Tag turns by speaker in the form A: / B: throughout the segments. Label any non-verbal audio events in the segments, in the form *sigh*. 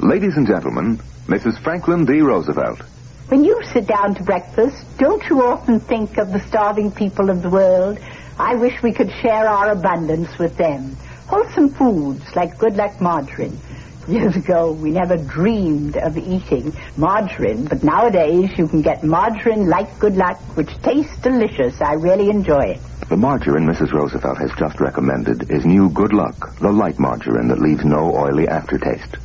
A: Ladies and gentlemen, Mrs. Franklin D. Roosevelt.
B: When you sit down to breakfast, don't you often think of the starving people of the world? I wish we could share our abundance with them. Wholesome foods like good luck margarine. Years ago, we never dreamed of eating margarine, but nowadays you can get margarine like good luck, which tastes delicious. I really enjoy it.
A: The margarine Mrs. Roosevelt has just recommended is new Good Luck, the light margarine that leaves no oily aftertaste.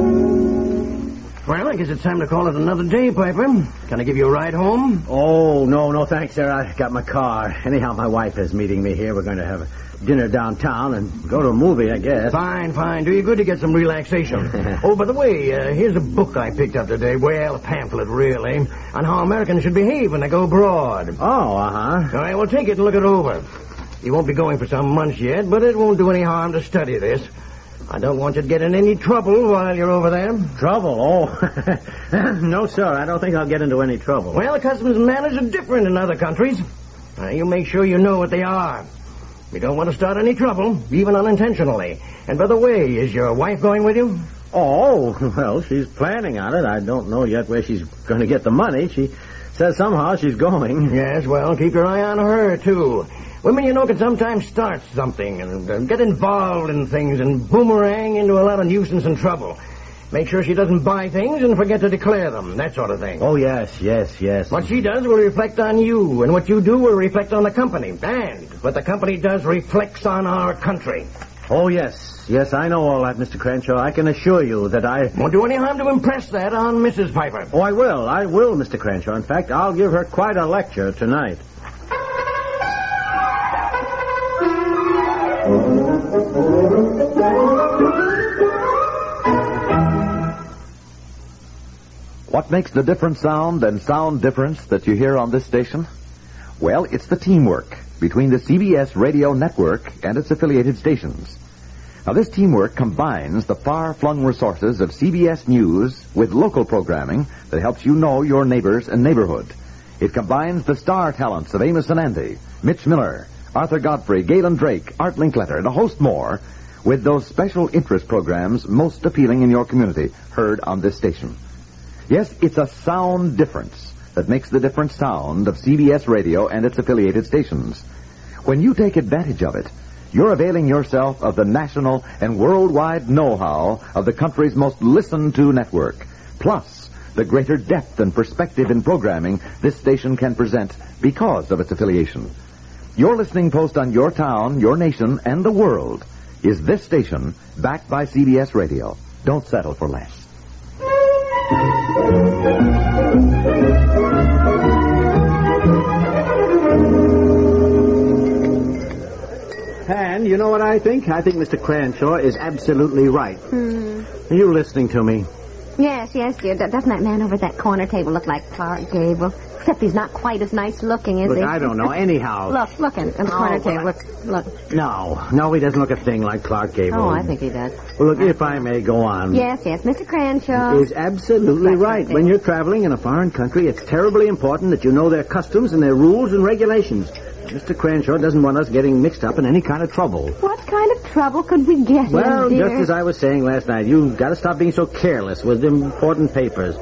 C: Well, I guess it's time to call it another day, Piper. Can I give you a ride home?
D: Oh, no, no, thanks, sir. I got my car. Anyhow, my wife is meeting me here. We're going to have a dinner downtown and go to a movie, I guess.
C: Fine, fine. Do you good to get some
D: *laughs*
C: relaxation. oh, by the way, uh, here's a book I picked up today. Well, a pamphlet, really, on how Americans should behave when they go abroad.
D: Oh, uh huh.
C: All right, well, take it and look it over. You won't be going for some months yet, but it won't do any harm to study this. I don't want you to get in any trouble while you're over there.
D: Trouble? Oh, *laughs* no, sir. I don't think I'll get into any trouble.
C: Well, the customs and manners are different in other countries. Now, you make sure you know what they are. We don't want to start any trouble, even unintentionally. And by the way, is your wife going with you?
D: Oh, *laughs* well, she's planning on it. I don't know yet where she's going to get the money. She says somehow she's going. *laughs*
C: Yes, well, keep your eye on her, too. Women, you know, can sometimes start something and uh, get involved in things and boomerang into a lot of nuisance and trouble. Make sure she doesn't buy things and forget to declare them, that sort of thing.
D: Oh, yes, yes, yes.
C: What she does will reflect on you, and what you do will reflect on the company. And what the company does reflects on our country.
D: Oh, yes, yes, I know all that, Mr. Crenshaw. I can assure you that I.
C: Won't do any harm to impress that on Mrs. Piper.
D: Oh, I will. I will, Mr. Crenshaw. In fact, I'll give her quite a lecture tonight.
E: What makes the different sound and sound difference that you hear on this station? Well, it's the teamwork between the CBS radio network and its affiliated stations. Now, this teamwork combines the far flung resources of CBS News with local programming that helps you know your neighbors and neighborhood. It combines the star talents of Amos and Andy, Mitch Miller, Arthur Godfrey, Galen Drake, Art Linkletter, and a host more with those special interest programs most appealing in your community heard on this station. Yes, it's a sound difference that makes the different sound of CBS radio and its affiliated stations. When you take advantage of it, you're availing yourself of the national and worldwide know-how of the country's most listened to network, plus the greater depth and perspective in programming this station can present because of its affiliation. Your listening post on your town, your nation, and the world is this station backed by CBS radio. Don't settle for less.
D: And you know what I think? I think Mr. Cranshaw is absolutely right. Are you listening to me?
F: Yes, yes, dear. Do- Doesn't that man over at that corner table look like Clark Gable? Except he's not quite as nice looking, is
D: Look,
F: he?
D: I don't know.
F: *laughs*
D: Anyhow.
F: Look, look in, in the corner
D: Oh, well,
F: table. Look, look.
D: No, no, he doesn't look a thing like Clark Gable.
F: Oh, I think he does.
D: Well, look, if I may go on.
F: Yes, yes, Mr. Cranshaw.
D: Is absolutely
F: That's
D: right.
F: okay.
D: When you're traveling in a foreign country, it's terribly important that you know their customs and their rules and regulations. Mr. Crenshaw doesn't want us getting mixed up in any kind of trouble.
F: What kind of trouble could we get
D: Well,
F: in, dear?
D: just as I was saying last night, you've got to stop being so careless with important papers.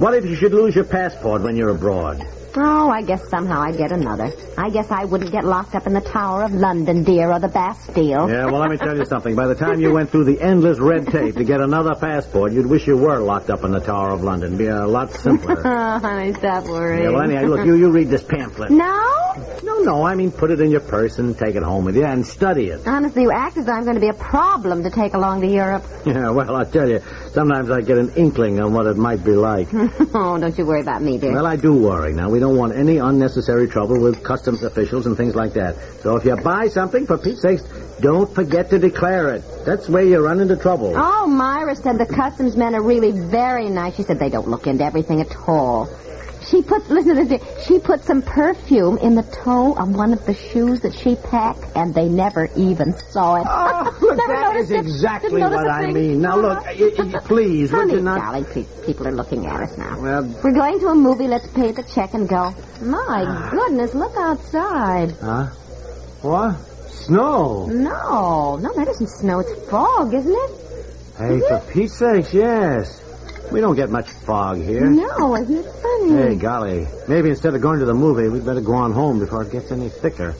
D: What if you should lose your passport when you're abroad?
F: Oh, I guess somehow I'd get another. I guess I wouldn't get locked up in the Tower of London, dear, or the Bastille.
D: Yeah, well, let me tell you something. By the time you went through the endless red tape to get another passport, you'd wish you were locked up in the Tower of London. It'd be a lot simpler.
F: *laughs* Oh, honey, stop worrying.
D: yeah, well, anyhow, look, you, you read this pamphlet.
F: No?
D: No, no, I mean put it in your purse and take it home with you and study it. *laughs*
F: Honestly, you act as though I'm going to be a problem to take along to Europe. *laughs*
D: Yeah, well, I tell you, sometimes I get an inkling on what it might be like.
F: *laughs* oh, don't you worry about me, dear.
D: Well, I do worry. Now, we don't want any unnecessary trouble with customs officials and things like that. So if you buy something, for Pete's sakes, don't forget to declare it. That's where you run into trouble.
F: Oh, Myra said the customs men are really very nice. She said they don't look into everything at all. She put, *laughs* listen to this, dear. she put some perfume in the toe of one of the shoes that she packed, and they never even saw it.
D: *laughs*
F: *laughs*
D: Oh, look,
F: Never
D: that is
F: noticed it.
D: exactly
F: Didn't notice
D: what
F: a
D: I
F: thing.
D: mean. Now, look,
F: Uh-huh.
D: y- y- please, would
F: Honey,
D: you not?
F: darling, please, people are looking at us now.
D: Well-
F: We're going to a movie. Let's pay the check and go.
D: Ah.
F: My goodness, look outside.
D: Huh? What? Snow.
F: No, no, that isn't snow. It's fog, isn't it?
D: Hey, for Pete's sakes, yes. We don't get much fog here.
F: No, isn't it funny?
D: Hey, golly. Maybe instead of going to the movie, we'd better go on home before it gets any thicker.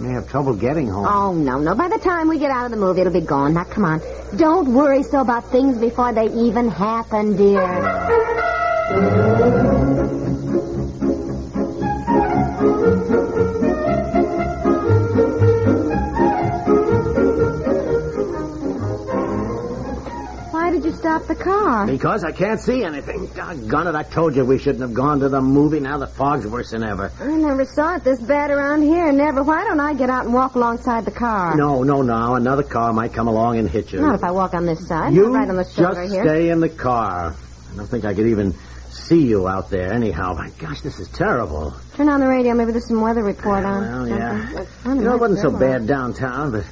D: We may have trouble getting home.
F: Oh, no, no. By the time we get out of the movie, it'll be gone. Now, come on. Don't worry so about things before they even happen, dear. Why did you stop the car?
D: Because I can't see anything. Doggone it, I told you we shouldn't have gone to the movie. Now the fog's worse than ever.
F: I never saw it this bad around here. Never. Why don't I get out and walk alongside the car?
D: No, no, no. Another car might come along and hit you.
F: Not if I walk on this side.
D: you
F: Not right on the shoulder
D: just
F: here.
D: stay in the car. I don't think I could even see you out there anyhow. My gosh, this is terrible.
F: Turn on the radio. Maybe there's some weather report on.
D: Well,
F: Something.
D: yeah.
F: I
D: You know, it wasn't so
F: don't
D: bad downtown, but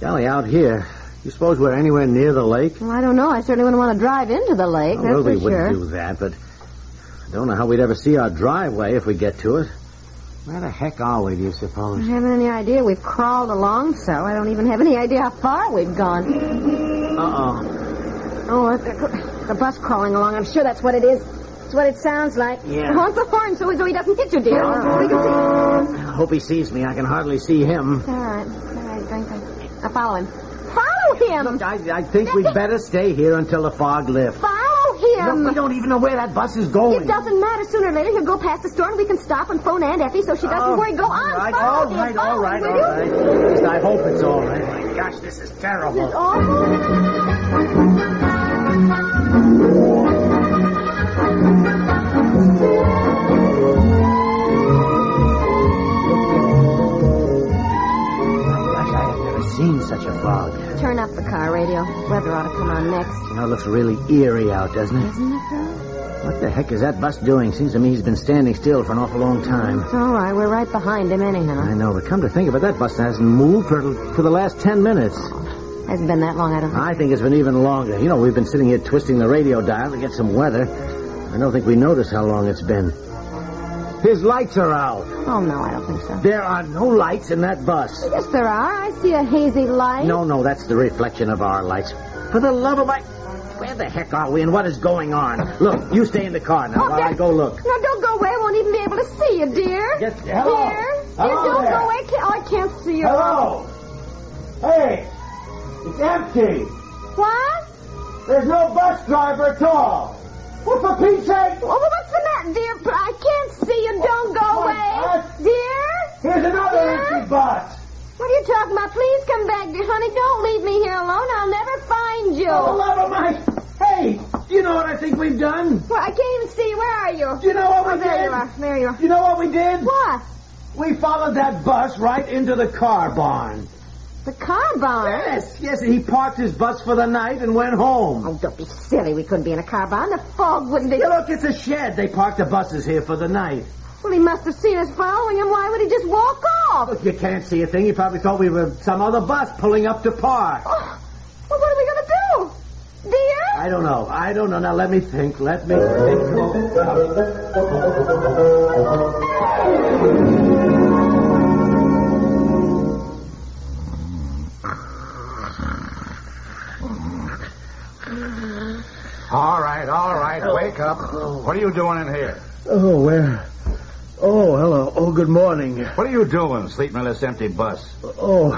D: golly, out here. You suppose we're anywhere near the lake?
F: Well, I don't know. I certainly wouldn't want to drive into the lake.
D: Well,
F: that's
D: we
F: for
D: Oh, wouldn't
F: sure.
D: do that, but I don't know how we'd ever see our driveway if we get to it. Where the heck are we, do you
F: I
D: suppose?
F: haven't any idea. We've crawled along so. I don't even have any idea how far we've gone.
D: Uh-oh.
F: Oh, the, the bus crawling along. I'm sure that's what it is. It's what it sounds like.
D: Yeah.
F: Honk the horn so, so he doesn't hit you, dear. We can see.
D: I hope he sees me. I can hardly see him.
F: All right. All right. Thank you. Now follow him. Follow him.
D: I, I think we'd better stay here until the fog lifts.
F: Follow him.
D: Look, we don't even know where that bus is
F: It
D: going.
F: doesn't matter. Sooner or later, he'll go past the store, and we can stop and phone Aunt Effie so she doesn't
D: Oh,
F: worry. Go on.
D: all right,
F: phone,
D: all
F: dear,
D: right,
F: phone,
D: all right,
F: will
D: all
F: you?
D: right. At least I hope it's all right. My gosh, this is terrible.
F: It's awful.
D: Gosh, I have never seen such a fog.
F: Turn up the car radio. Weather ought to come on next.
D: You know, it looks really eerie out, doesn't it?
F: Isn't it, though?
D: What the heck is that bus doing? Seems to me he's been standing still for an awful long time.
F: It's all right. We're right behind him, anyhow.
D: I know, but come to think of it, that bus hasn't moved for, for the last ten minutes.
F: Hasn't been that long, I don't think.
D: I think it's been even longer. You know, we've been sitting here twisting the radio dial to get some weather. I don't think we noticed how long it's been. His lights are out.
F: Oh, no, I don't think so.
D: There are no lights in that bus.
F: Yes, there are. I see a hazy light.
D: No, no, that's the reflection of our lights. For the love of my... Where the heck are we and what is going on? Look, you stay in the car now while I
F: there-
D: go look.
F: No, Oh, don't go away. I won't even be able to see you, dear.
D: Yes, hello.
F: Dear, dear,
D: Hello
F: don't
D: there.
F: go away. I can't, oh, I can't see you.
D: Hello! Hey! It's empty!
F: What?
D: There's no bus driver at all! What for Pete's sake?
F: Oh, Well, what's the matter, dear? I can't see you. Don't go
D: What?
F: away.
D: What?
F: Dear?
D: Here's another
F: Dear?
D: empty bus!
F: What are you talking about? Please come back, dear honey. Don't leave me here alone. I'll never find you.
D: For the love of my... Hey! You know what I think we've done?
F: Well, I can't even see you. Where are you?
D: Do you know what we
F: Oh, there
D: did?
F: you are. There you are.
D: You know what we did?
F: What?
D: We followed that bus right into the car barn.
F: The car barn?
D: Yes, yes, he parked his bus for the night and went home.
F: Oh, don't be silly. We couldn't be in a car barn. The fog wouldn't be.
D: You look, it's a shed. They parked the buses here for the night.
F: Well, he must have seen us following him. Why would he just walk off?
D: Look, you can't see a thing. He probably thought we were some other bus pulling up to par.
F: Oh, well, what are we going to do? Dear?
D: I don't know. I don't know. Now let me think. Let me think. Oh,
G: All right, all right, wake up. What are you doing in here?
D: Oh, where? Oh, hello. Oh, good morning.
G: What are you doing sleeping on this empty bus?
D: Oh,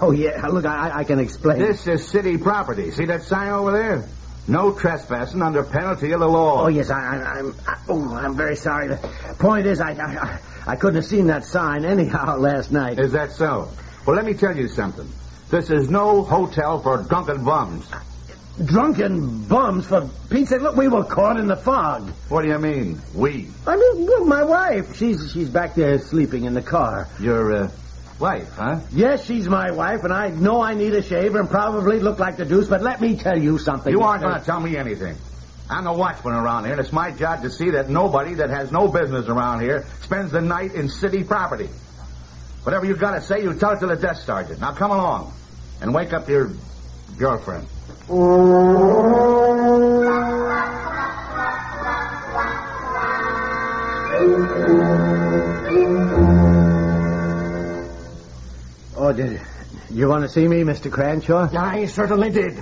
D: *laughs* oh yeah. Look, I, I can explain.
G: This is city property. See that sign over there? No trespassing under penalty of the law.
D: Oh yes, I, I, I'm. I, oh, I'm very sorry. The point is, I, I, I couldn't have seen that sign anyhow *laughs* last night.
G: Is that so? Well, let me tell you something. This is no hotel for drunken bums.
D: Drunken bums for Pete's sake. Look, we were caught in the fog.
G: What do you mean, we?
D: I mean, well, my wife. She's she's back there sleeping in the car.
G: Your uh, wife, huh?
D: Yes, she's my wife, and I know I need a shave and probably look like the deuce. But let me tell you something.
G: You aren't
D: mister.
G: going to tell me anything. I'm the watchman around here, and it's my job to see that nobody that has no business around here spends the night in city property. Whatever you got to say, you tell it to the desk sergeant. Now come along and wake up your girlfriend.
D: Oh, did you want to see me, Mister Cranshaw?
C: I certainly did.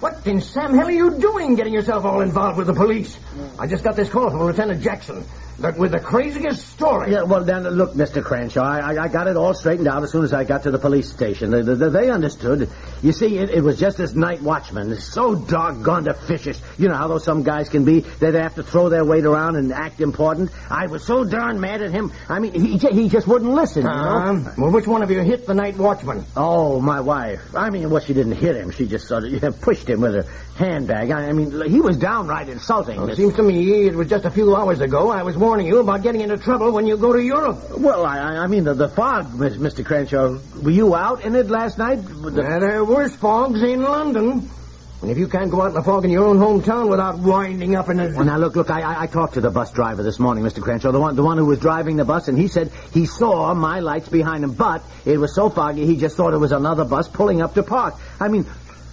C: What in Sam hell are you doing getting yourself all involved with the police? I just got this call from Lieutenant Jackson that with the craziest story.
D: Yeah, well, then, look, Mr. Crenshaw, I, I- I got it all straightened out as soon as I got to the police station. They, they, they understood. You see, it, it was just this night watchman, so doggone officious. You know how those some guys can be. They, they have to throw their weight around and act important. I was so darn mad at him. I mean, he, ju- he just wouldn't listen, you know?
G: um,
C: Uh, well, which one of you hit the night watchman?
D: Oh, my wife. I mean, well, she didn't hit him. She just sort of pushed him with her handbag. I, I mean, he was downright insulting.
C: Well, it seems to me it was just a few hours ago I was warning you about getting into trouble when you go to Europe.
D: Well, I, I I mean, the, the fog, Miss- Mr. Crenshaw. Were you out in it last night? With the-
C: Now, there are worse fogs in London. And if you can't go out in the fog in your own hometown without winding up in a...
D: Well, now, look, look, I- I, I talked to the bus driver this morning, Mr. Crenshaw, the one, the one who was driving the bus, and he said he saw my lights behind him, but it was so foggy he just thought it was another bus pulling up to park. I mean,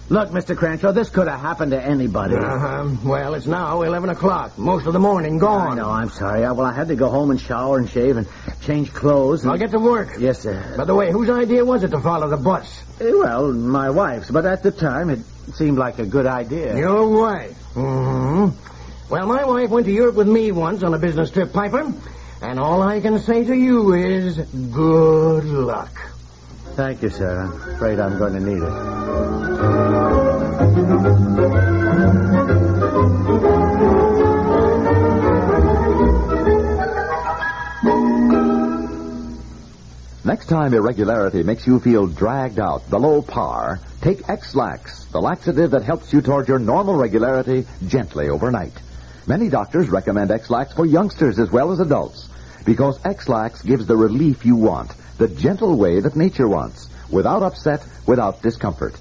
D: look, Mr. Crenshaw, this could have happened to anybody.
C: Uh-huh. Well, it's now 11 o'clock. Most of the morning gone.
D: I know, I'm sorry. I, well, I had to go home and shower and shave and change clothes. And...
C: I'll get to work.
D: Yes, sir.
C: By the way, whose idea was it to follow the bus?
D: Eh, Well, my wife's, but at the time it seemed like a good idea.
C: Your wife. hmm Well, my wife went to Europe with me once on a business trip, Piper. And all I can say to you is good luck.
D: Thank you, sir. I'm afraid I'm going to need it.
E: Next time irregularity makes you feel dragged out below par, take X-Lax, the laxative that helps you toward your normal regularity gently overnight. Many doctors recommend X-Lax for youngsters as well as adults because X-Lax gives the relief you want, the gentle way that nature wants, without upset, without discomfort.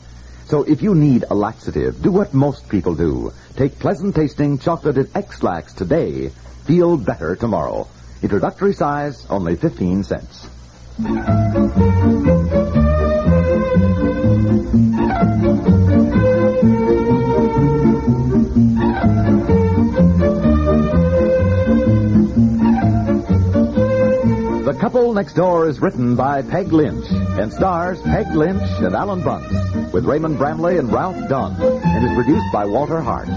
E: So if you need a laxative, do what most people do. Take pleasant tasting chocolated X-Lax today. Feel better tomorrow. Introductory size, only 15 cents. The Couple Next Door is written by Peg Lynch and stars Peg Lynch and Alan Bunce with Raymond Bramley and Ralph Dunn and is produced by Walter Hart.